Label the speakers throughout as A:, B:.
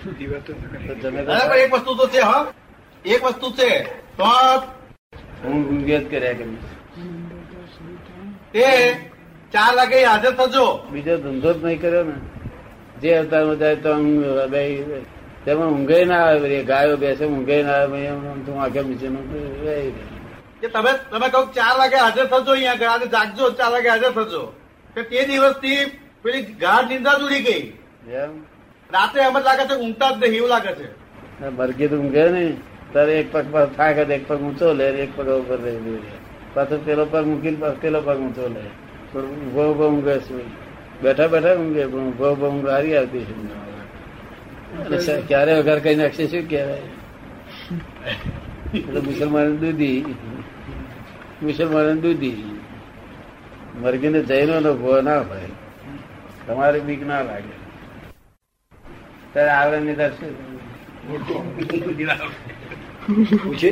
A: શું જીવાતું જ નથી.
B: અરે પણ એક વસ્તુ તો છે હા એક વસ્તુ છે તો
C: હું ગુંગેજ કર્યા કરીશ
B: તે ચાર વાગે હાજર થજો
C: બીજો ધંધો જ નહીં કર્યો ને જે અવતારમાં જાય તો હું બે તેમાં ઊંઘે ના આવે વળી. ગાયો બેસે ઊંઘે ના આવે વળી. આમ તું આંખે મીચીને રહી રહે.
B: કે તમે તમે કહો કે ચાર વાગે હાજર થજો અહીંયા આગળ આજે જાગજો ચાર વાગે હાજર થજો કે તે દિવસથી પેલી ગાઢ નિંદા જ ઉડી ગઈ
C: એમ?
B: રાતે એમ જ લાગે છે ઊંઘતા જ નહીં એવું લાગે છે
C: આ મરઘી તો ઊંઘે ને તારે એક પગ પર થાક એક પગ ઊંચો લે ને એક પગ ઉપર લઈ લે પાછો પેલો પગ મૂકીને પાછો પેલો પગ ઊંચો લે પણ ઊભો ઊભો ઊંઘે છે. બેઠા બેઠા ઊંઘે પણ ઊભો ઊભો ઊંઘ હારી આવતી છે અને સ- ક્યારે વગર કઈ નાખશે શું કહેવાય એટલે મુસલમાન દૂધી મુસલમાન દૂધી મરઘીને જૈનો નો ભો ના હોય તમારે બીક ના લાગે તારે આવડે નહીં તારે શું?
A: પૂછે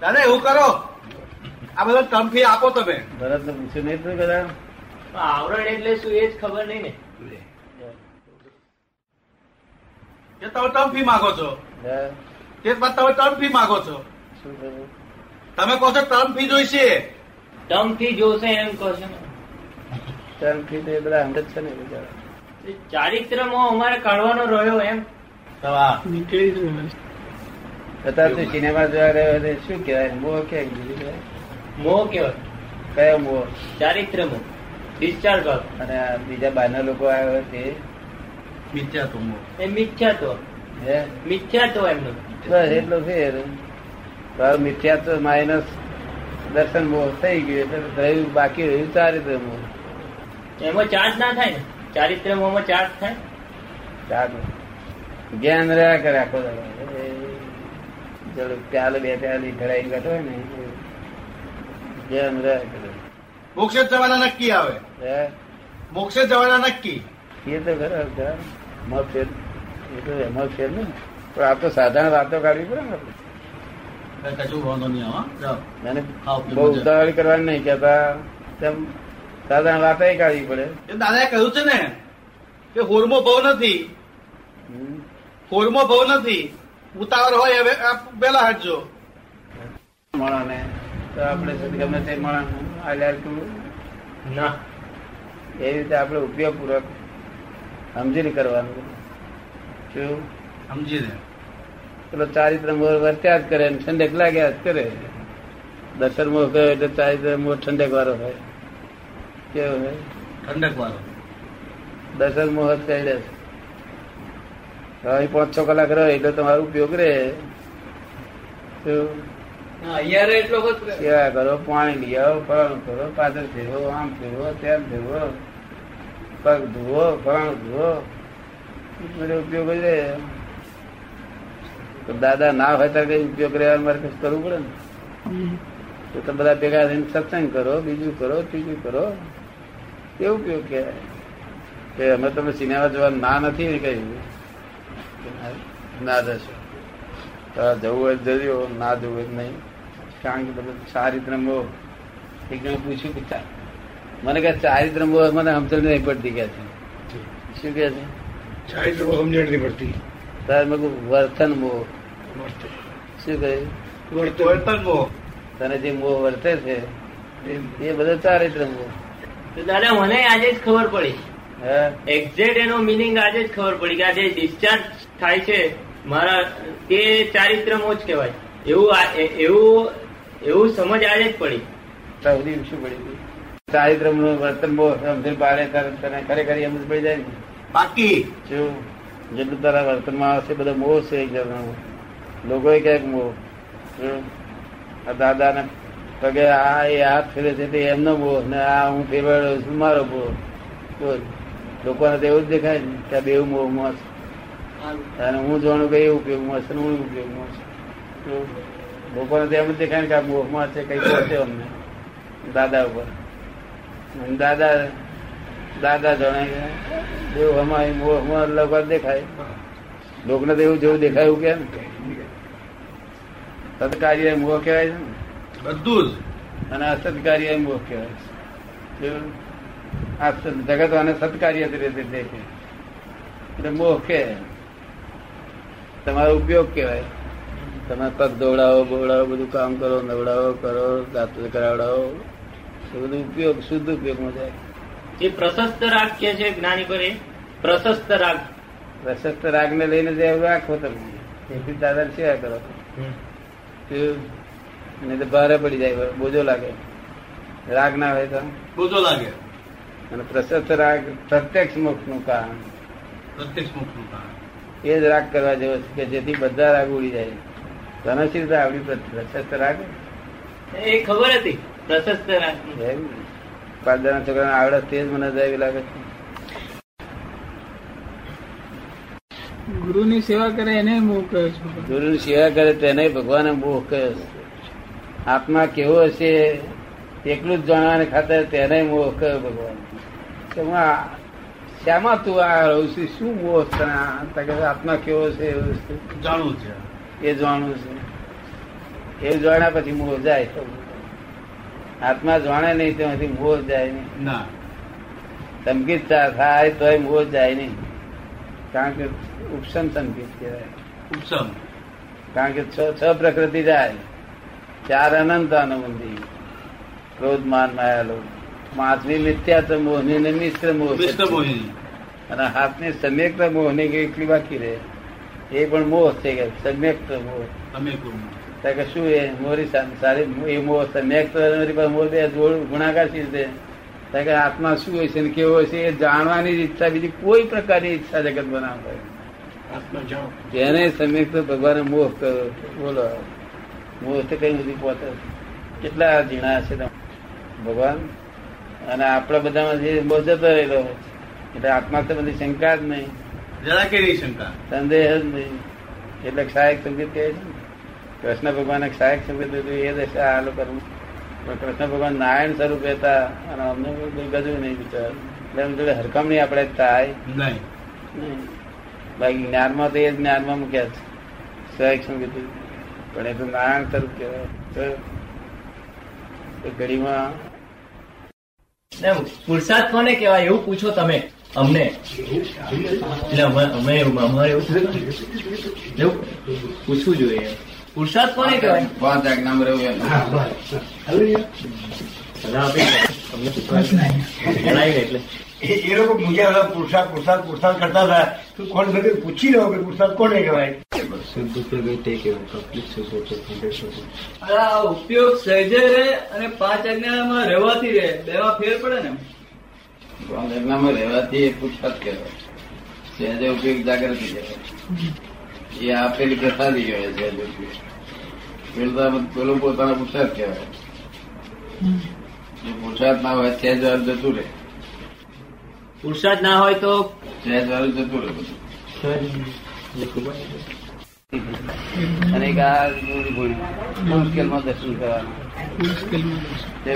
B: દાદા એવું કરો આ બધા ટર્મ ફી આપો તમે
C: ભરતને પૂછ્યું નહીં તું કદાચ
D: આવરણ એટલે શું એ જ ખબર નહીં ને
B: કે તમે ટર્મ ફી માંગો છો
C: હા?
B: તે બાદ તમે ટર્મ ફી માંગો છો
C: શું થયું?
B: તમે કહો છો ટર્મ ફી જોઈશે
D: ટર્મ થી જોશે એમ કહો છો ને
C: ત્રણ ફીટ એ બધા હંગત છે ને બિચારા.
D: એ ચારિત્રમાં અમારે કાઢવાનો રહ્યો એમ
A: નીકળી જ નહીં.
C: અત્યારે તું સિનેમા જોવા રહ્યો એટલે શું કહેવાય મોહ કે બીજું કહેવાય?
D: મોહ કેવાય
C: કયો મોહ
D: ચારિત્ર મોહ ડિસ્ચાર્જ ભાવ
C: અને આ બીજા બહારના લોકો આવ્યા હોય તે
B: મિથ્યા તો
D: એ મિથ્યાત્વ
C: હે?
D: મિથ્યાત્વ એમનું
C: બસ એટલો ફેર તારો મિથ્યા તો માઇનસ દર્શન મોહ થઈ ગયું એટલે રહ્યું બાકી રહ્યું ચારિત્ર મોહ
D: એમાં ચાર્જ ના થાય ને ચારિત્ર મોહમાં ચાર્જ થાય
C: ચાલો જ્ઞાન રહ્યા કરે આખો દાડો. એ ચલો પ્યાલ બે પ્યાલી ભરાઈ બેઠો હોય ને એ જ્ઞાન રહ્યા કરે
B: મોક્ષે જ જવાના નક્કી આવે
C: હે?
B: મોક્ષે જ જવાના નક્કી
C: એ તો ખરા ખરા. એમાં ફેર એ તો એમાં ફેર ને પણ આ તો સાધારણ વાતો કાઢવી પડે ને આપણે.
B: કશું વાંધો નહીં આવા
C: અને
B: હા, ઓકે,
C: બહુ
B: મજા.
C: ઉતાવળ કરવાની નહીં કહેતા તેમ સાધારણ વાતો કાઢવી પડે
B: એ દાદાએ કહ્યું છે ને કે હોરમો ભવ નથી
C: હમ.
B: હોરમો ભવ નથી ઉતાવળ હોય હવે પેલા હટજો
C: માણસને તો આપણે શું ગમે તે માણસ આલ્યા કરવું.
D: ના
C: એ રીતે આપણે ઉપયોગપૂર્વક સમજીને કરવાનું શું
B: સમજી લે
C: પેલો ચારિત્ર મોહ વર્ત્યા જ કરે ને ઠંડક લાગ્યા જ કરે દર્શન મોહ કર્યો એટલે ચારિત્ર મોહ ઠંડક વાળો હોય કેવો હોય
B: ઠંડક વાળો
C: દર્શન મોહ જ કહી દે હવે પાંચ છ કલાક રહ્યો એટલે તમારો ઉપયોગ રહે શું
D: અહિયાં એટલો
C: સેવા કરો પાણી લઈ આવો ફળાણું કરો પાદર ફેરવો આમ ફેરવો તેમ ફેરવો પગ ધોવો ફળાણું ધોવો બધો ઉપયોગ જ રહે તો દાદા ના હોય ત્યારે કઈ ઉપયોગ રહેવા મારે કશું કરવું પડે ને તો તમે બધા ભેગા થઈને સત્સંગ કરો બીજું કરો ત્રીજું કરો એ ઉપયોગ કહેવાય કે અમે તમે સિનેમા જોવા ના નથી કહ્યું ના જશો તો જવું હોય તો જજો ના જવું હોય તો નહીં કારણ કે તમે ચારિત્ર મોહ એક જણ પૂછ્યું કે ચા- મને કે ચારિત્ર મોહ મને સમજણ નહીં પડતી કે છે શું કે છે
A: ચાય તો બહુ સમજણ નહીં પડતી
C: તારે મેં કહ્યું વર્તન મોહ
A: વર્તે.
C: શું કહ્યું
A: વર્તે.
B: વર્તન મોહ
C: તને જે મોહ વર્તે છે
A: એમ.
C: એ બધો ચારિત્ર મોહ
D: તો દાદા મને આજે જ ખબર પડી
C: હા
D: એક્ઝેક્ટ એનો મિનિંગ આજે જ ખબર પડી કે આજે ડિસ્ચાર્જ થાય છે મારા તે ચારિત્ર મોહ જ કહેવાય એવું આ- એ- એવું એવું સમજ આજે જ પડી
C: સૌથી શું પડી ગયું ચારિત્રમનું વર્તન બહુ સમજણ પાડે ત્યારે તને ખરેખર એમ જ પડી જાય ને
B: બાકી
C: શું જેટલું તારા વર્તનમાં આવશે બધો મોહ છે એક જાતનો લોકોએ ક્યાંક મોહ શું? આ દાદાને પગે આ એ હાથ ફેરે છે તે એમનો મોહ ને આ હું ફેરવાડ્યો છું મારો મોહ બોલ લોકોને તો એવું જ દેખાય ને કે આ બેઉ મોહમાં છે અને હું જાણું કે એ ઉપયોગમાં છે ને હું ઉપયોગમાં છું શું? લોકોને તો એમ જ દેખાય ને કે આ મોહમાં છે કઈ પહોંચ્યો અમને દાદા ઉપર અને દાદા દાદા જાણે કે દેવ અમારી મોહમાં લગભગ દેખાય લોકને તો એવું જેવું દેખાય એવું કે ને સત્કાર્ય મોહ કહેવાય છે ને
B: બધું જ
C: અને અસત્કાર્ય મોહ કહેવાય છે કેવું? આ સત- જગત અને સત્કાર્ય તરીકે દેખે એટલે મોહ કે તમારો ઉપયોગ કહેવાય તમે પગ દોડાવો બોવડાવો બધું કામ કરો નવડાવો કરો દાંત કરાવડાવો એ બધું ઉપયોગ શુદ્ધ ઉપયોગમાં જાય
D: એ પ્રશસ્ત રાગ કે છે જ્ઞાની પર એ પ્રશસ્ત રાગ
C: પ્રશસ્ત રાગને લઈને જે રાખો તમે એથી દાદા સેવા કરો અને તો ભારે પડી જાય બોજો લાગે રાગ ના હોય તો
B: બોજો લાગે
C: અને પ્રશસ્ત રાગ પ્રત્યક્ષ મોક્ષનું કારણ
B: પ્રત્યક્ષ મોક્ષનું કારણ
C: એ જ રાગ કરવા જેવો છે કે જેથી બધા રાગ ઉડી જાય તને શી રીતે આવડી પ્ર- પ્રશસ્ત રાગ
D: એ ખબર હતી પ્રશસ્ત રાગ
C: એમ પાદાના છોકરાને આવડત તે જ મને જાય એવું લાગે છે
E: ગુરુની સેવા કરે એને મોહ કહે છે
C: ગુરુની સેવા કરે તેને ભગવાને મોહ કહ્યો છે આત્મા કેવો હશે એકલું જ જાણવાને ખાતર તેને મોહ કહ્યો ભગવાન કે હું આ શામાં તું આ રહું છું શું મોહ તને આ? તો કે આત્મા કેવો છે એવું છે.
B: જાણવું છે
C: એ જાણવું છે એ જાણ્યા પછી મોહ જાય આત્મા જાણે નહીં તેમાંથી મોહ જાય નહીં
B: ના
C: સંગીત થાય તોય મોહ જાય નહીં કારણ કે ઉપસમ સંગીત કહેવાય
B: ઉપસમ
C: કારણ કે છ છ પ્રકૃતિ જાય ચાર અનંત આનંદી ક્રોધ માન માયા લોભ. પાંચમી મિથ્યા તો મોહની ને મિશ્ર મોહ છે.
B: મિસ્ટર મોહિની
C: અને હાથની સમ્યક્ત મોહની કે એટલી બાકી રહે એ પણ મોહ છે કે સમ્યક્ત મોહ
B: તમે કોણ
C: તો કે શું એ મોરી સા- સારી એ મોહ સમ્યક્ત મારી પાસે મોહ બે જોડ ગુણાકાર શી રીતે તો કે આત્મા શું હોય છે ને કેવો હશે એ જાણવાની જ ઈચ્છા બીજી કોઈ પ્રકારની ઈચ્છા જગત બનાવતા હોય
A: આત્મા જાઓ
C: જેને સમ્યક તો ભગવાને મોહ કર્યો બોલો મોહ તો કઈ નથી પોતે કેટલા ઝીણા છે તમે? ભગવાન અને આપણા બધામાં જે મોહ જતો રહેલો એટલે આત્મા તો બધી શંકા જ નહીં
B: જરા કે નહીં શંકા
C: સંદેહ જ નહીં એટલે સહાયક સંગીત કહે છે ને. કૃષ્ણ ભગવાને સહાયક સંગીત લીધું એ દશા હાલો કરવું પણ કૃષ્ણ ભગવાન નારાયણ સ્વરૂપે હતા અને અમને કોઈ ગજું નહીં વિચાર એટલે એમ જોડે હરખામણી આપણે થાય
B: નહીં
C: નહીં. બાકી જ્ઞાનમાં તો એ જ જ્ઞાનમાં મૂક્યા છે સહાયક્ષમ કીધું પણ એ તો નારાયણ સ્વરૂપ કહેવાય તો એ ઘડીમાં
F: ને પુરુષાર્થ કોને કહેવાય એવું પૂછો તમે અમને એટલે અમે અમે એવું અમારે એવું એવું પૂછવું જોઈએ પુરુષાર્થ કોને કહેવાય
C: પાંચ આજ્ઞામાં રહેવું એમ.
F: સલાહ આપી તમને જણાવી ને એટલે
A: એ એ લોકો પૂજા હતા પુરસાદ પુરસાદ પુરસાદ કરતા હતા તો કોણ મેં કીધું પૂછી લો કે પુરસાદ કોને કહેવાય
G: આ ઉપયોગ સહેજે રહે અને પાંચ આજ્ઞામાં રહેવાથી રહે બેમાં ફેર પડે ને
C: પાંચ આજ્ઞામાં રહેવાથી એ પુરસાદ કહેવાય સહેજે ઉપયોગ જાગૃતિ કહેવાય એ આપેલી પ્રસાદી કહેવાય સહેજ ઉપયોગ પેલું તો પેલું પોતાનો પુરસાદ કહેવાય જો પુરસાદ ના હોય સહેજ વાર જતું રહે
D: પુરુષાર્થ ના હોય તો
C: સહેજ વાળું જતું રહે બધું અને એક આ ગુણ- ગુણ. મુશ્કેલમાં દર્શન કરવાનું તે કારણ કે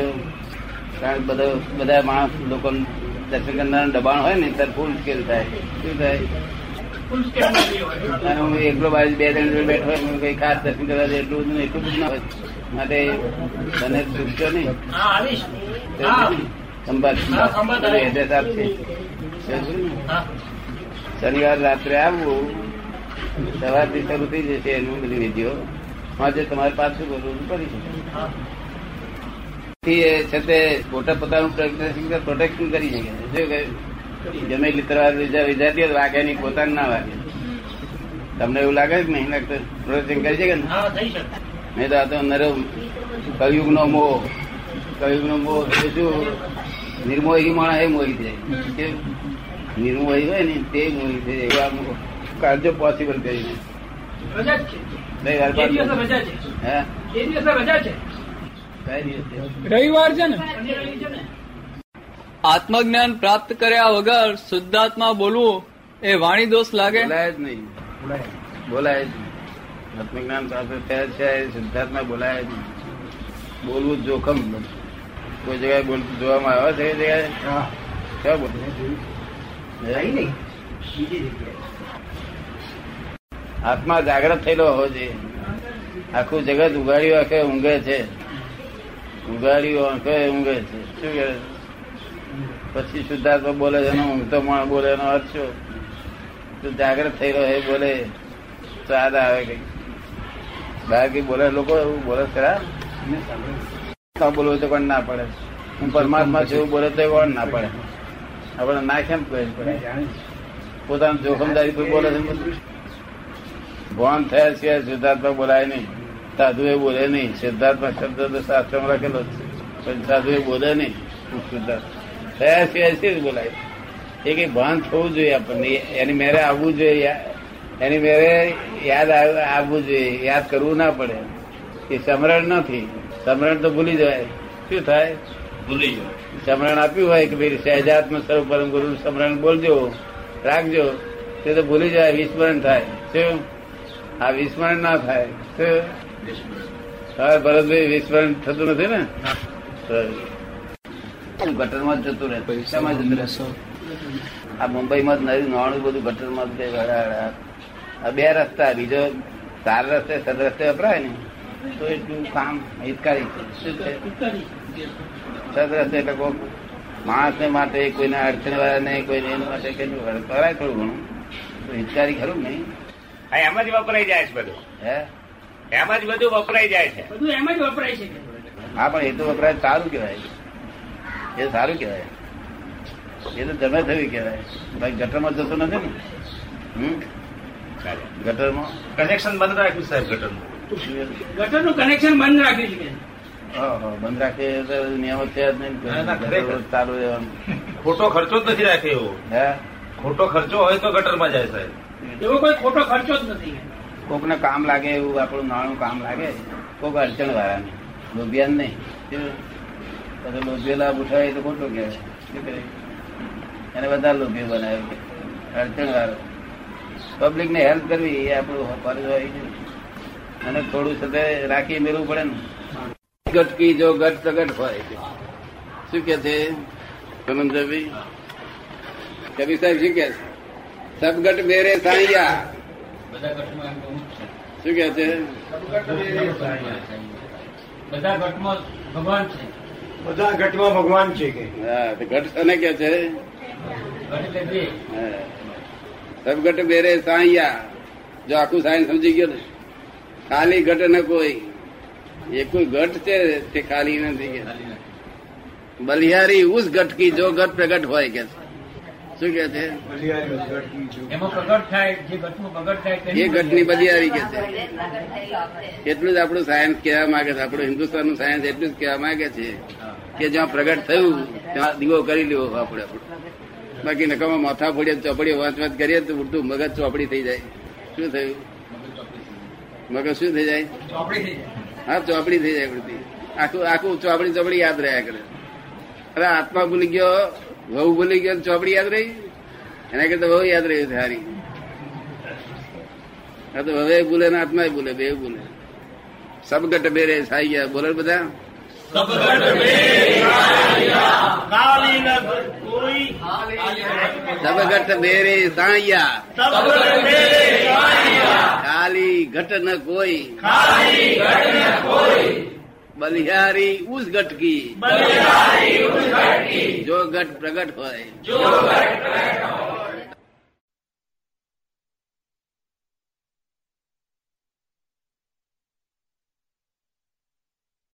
C: બધા બધા માણસ લોકો દર્શન કરનારા દબાણ હોય ને ત્યારે ફૂલ મુશ્કેલ થાય શું થાય અને હું એકલો બાજુ બે જણ જોડે બેઠો હોય કઈ ખાસ દર્શન કરવા જાય એટલું બધું એટલું બધું ના હોય માટે મને ચૂકશો નહીં સંભાળ સંભાળ એડ્રેસ આપશે શનિવાર રાત્રે આવવું સવારથી શરૂ થઈ જશે એનું બધી વિધિઓ આજે તમારે પાછું બોલવું પડી શકે થી એ છે તે પોતા પોતાનું પ્રોટેક્શન પ્રોટેક્શન કરી શકે છે શું કહ્યું ગમે એટલી તરવાર વિજા વિજાતી હોય, વાગે નહીં પોતાને ના વાગે તમને એવું લાગે કે નહીં લાગતું પ્રોટેક્શન કરી શકે ને નહીં તો આ તો નરમ કયુગનો મોહ કયુગનો મોહ એટલે શું નિર્મોહી માણસ એ મોહી જાય કે નિર્મોહી હોય ને તે મોહી જાય એવા મોહ કાળજો પોસિબલ કરીને નહીં, વાર બાર હા? કઈ દિવસ છે?
E: રવિવાર છે ને
G: આત્મજ્ઞાન પ્રાપ્ત કર્યા વગર શુદ્ધાત્મા બોલવું એ વાણી દોષ લાગે
C: બોલાય જ નહીં બોલાય જ નહીં આત્મજ્ઞાન પ્રાપ્ત થયા છે એ સિદ્ધાર્થમાં બોલાય જ નહીં બોલવું જ જોખમ બને. કોઈ જગ્યાએ બોલતું જોવામાં આવે છે એ જગ્યાએ
A: હા
C: ક્યાં બોલે હે? આત્મા જાગ્રત થયેલો હોવો જોઈએ આખું જગત ઉઘાડ્યું આંખે ઊંઘે છે ઉઘાડ્યું આંખે ઊંઘે છે શું કહે છે? પછી શુદ્ધાત્મા બોલે છે એનો ઊંઘતો માણસ બોલે એનો અર્થ શું તો જાગ્રત થઈ રહ્યો એ બોલે સ્વાદ આવે કઈ બહાર કઈ બોલે લોકો એવું બોલે ખરા ના બોલવું તો કોણ ના પડે હું પરમાત્મા જેવું બોલે તો કોણ ના પડે આપણે ના કેમ કહે પડે પોતાનું જોખમદારી કોઈ બોલે છે ભોન થયા સિવાય સિદ્ધાર્થમાં બોલાય નહીં સાધુ એ બોલે નહીં સિદ્ધાર્થમાં શબ્દ તો શાસ્ત્રમાં લખેલો જ છે. પણ સાધુ એ બોલે નહીં સિદ્ધાર્થ થયા સિવાય છે જ બોલાય એ કઈ ભાન થવું જોઈએ આપણને એ- એની મેરે આવવું જોઈએ યા- એની મેરે યાદ આવ- આવવું જોઈએ યાદ કરવું ના પડે એ સમરણ નથી સમરણ તો ભૂલી જવાય શું થાય
F: ભૂલી જાઓ
C: સમરણ આપ્યું હોય કે ભાઈ સહેજાત્મ સ્વરૂપ પરમ ગુરુ સમરણ બોલજો રાખજો તે તો ભૂલી જાય વિસ્મરણ થાય શું આ વિસ્મરણ ના થાય શું હા ભરતભાઈ વિસ્મરણ થતું નથી ને હું ગટરમાં જ જતું રહે પૈસામાં જતું રહે આ મુંબઈમાં જ નરી નાણું બધું ગટરમાં જ જાય હળા હળા. આ બે રસ્તા બીજો ચાર રસ્તે સદ રસ્તે વપરાય ને તો એટલું કામ હિતકારી છે. શું છે સદરસ એટલે કોક માણસને માટે કોઈને અડચણ વાળા નહીં કોઈને એના માટે કઈ કરાય થોડું ઘણું તો હિતકારી ખરું ને
H: આ એમ જ વપરાઈ જાય છે બધું
C: હે
H: એમ જ બધું વપરાઈ જાય છે
E: બધું એમ જ વપરાય છે
C: હા પણ એ તો વપરાય સારું કહેવાય એ સારું કહેવાય એ તો જમે થવી કહેવાય ભાઈ ગટરમાં જતો નથી ને હમ ગટરમાં
H: કનેક્શન બંધ રાખ્યું સાહેબ ગટરનું
E: ગટર નું કનેક્શન બંધ રાખ્યું છે
C: હા, હા, બંધ રાખે એ તો નિયમો છે જ નહીં
H: ના, ના, ખરેખર.
C: ગટર ચાલુ રહેવાનું
H: ખોટો ખર્ચો જ નથી રાખ્યો એવો
C: હે
H: ખોટો ખર્ચો હોય તો ગટરમાં જાય સાહેબ
E: એવો કોઈ ખોટો ખર્ચો જ નથી
C: કોકને કામ લાગે એવું આપણું નાણું કામ લાગે કોક અડચણ વાળાને લોભિયાન નહીં પછી લોભિયેલા ઉઠાવે તો ખોટું કહેવાય શું કહેવાય? એને વધારે લોભિયો બનાવ્યો અડચણ વાળો પબ્લિકને હેલ્પ કરવી એ આપણું ફરજ હોય છે. અને થોડું સાથે રાખી મેળવું પડે ને ગટકી જો ગટ તગટ હોય શું કે છે સમંતભાઈ કબીર સાહેબ શું કે છે? સબગટ મેરે સાંઈયા શું કે છે
F: બધા ઘટમાં ભગવાન છે
A: બધા ઘટમાં ભગવાન છે કે
C: હા તો ઘટ અને કે છે
F: ઘટ એટલે બે
C: હા. સદગટ બેરે સાંયા જો આખું સાયન્સ સમજી ગયો ને ખાલી ઘટ ને કોઈ એ કોઈ ઘટ છે તે ખાલી નથી કે બલિહારી ઉસ ઘટ કી જો ઘટ પ્રગટ હોય કે છે. શું કે છે
F: એમાં પ્રગટ થાય જે ઘટનું પ્રગટ થાય તેની
C: એ ઘટની બલિહારી કે છે
I: છે
C: એટલું જ આપણું સાયન્સ કહેવા માંગે છે આપણું હિન્દુસ્તાનનું સાયન્સ એટલું જ કહેવા માંગે છે કે જ્યાં પ્રગટ થયું ત્યાં દીવો કરી લેવો આપણે આપણું બાકી નકામા માથા ફોડીએ ચોપડીઓ વાંચ વાંચ કરીએ તો ઉડતું મગજ ચોપડી થઈ જાય શું થયું મગજ શું થઈ જાય હા ચોપડી થઈ જાય ઉડતી આખું આખું ચોપડી ચોપડી યાદ રહ્યા કરે અરે આત્મા ભૂલી ગયો વહુ ભૂલી ગયો ને ચોપડી યાદ રહી એના કરતા વહુ યાદ રહી સારી આ તો હવે ભૂલે ને આત્મા ભૂલે બે ભૂલે સબગટ બેરે સાઈ ગયા બોલે બધા સબગટ બેરે સાયા ખાલી ઘટ ન કોઈ બલિહારી ઉસ ગટકી જો ગટ પ્રગટ હોય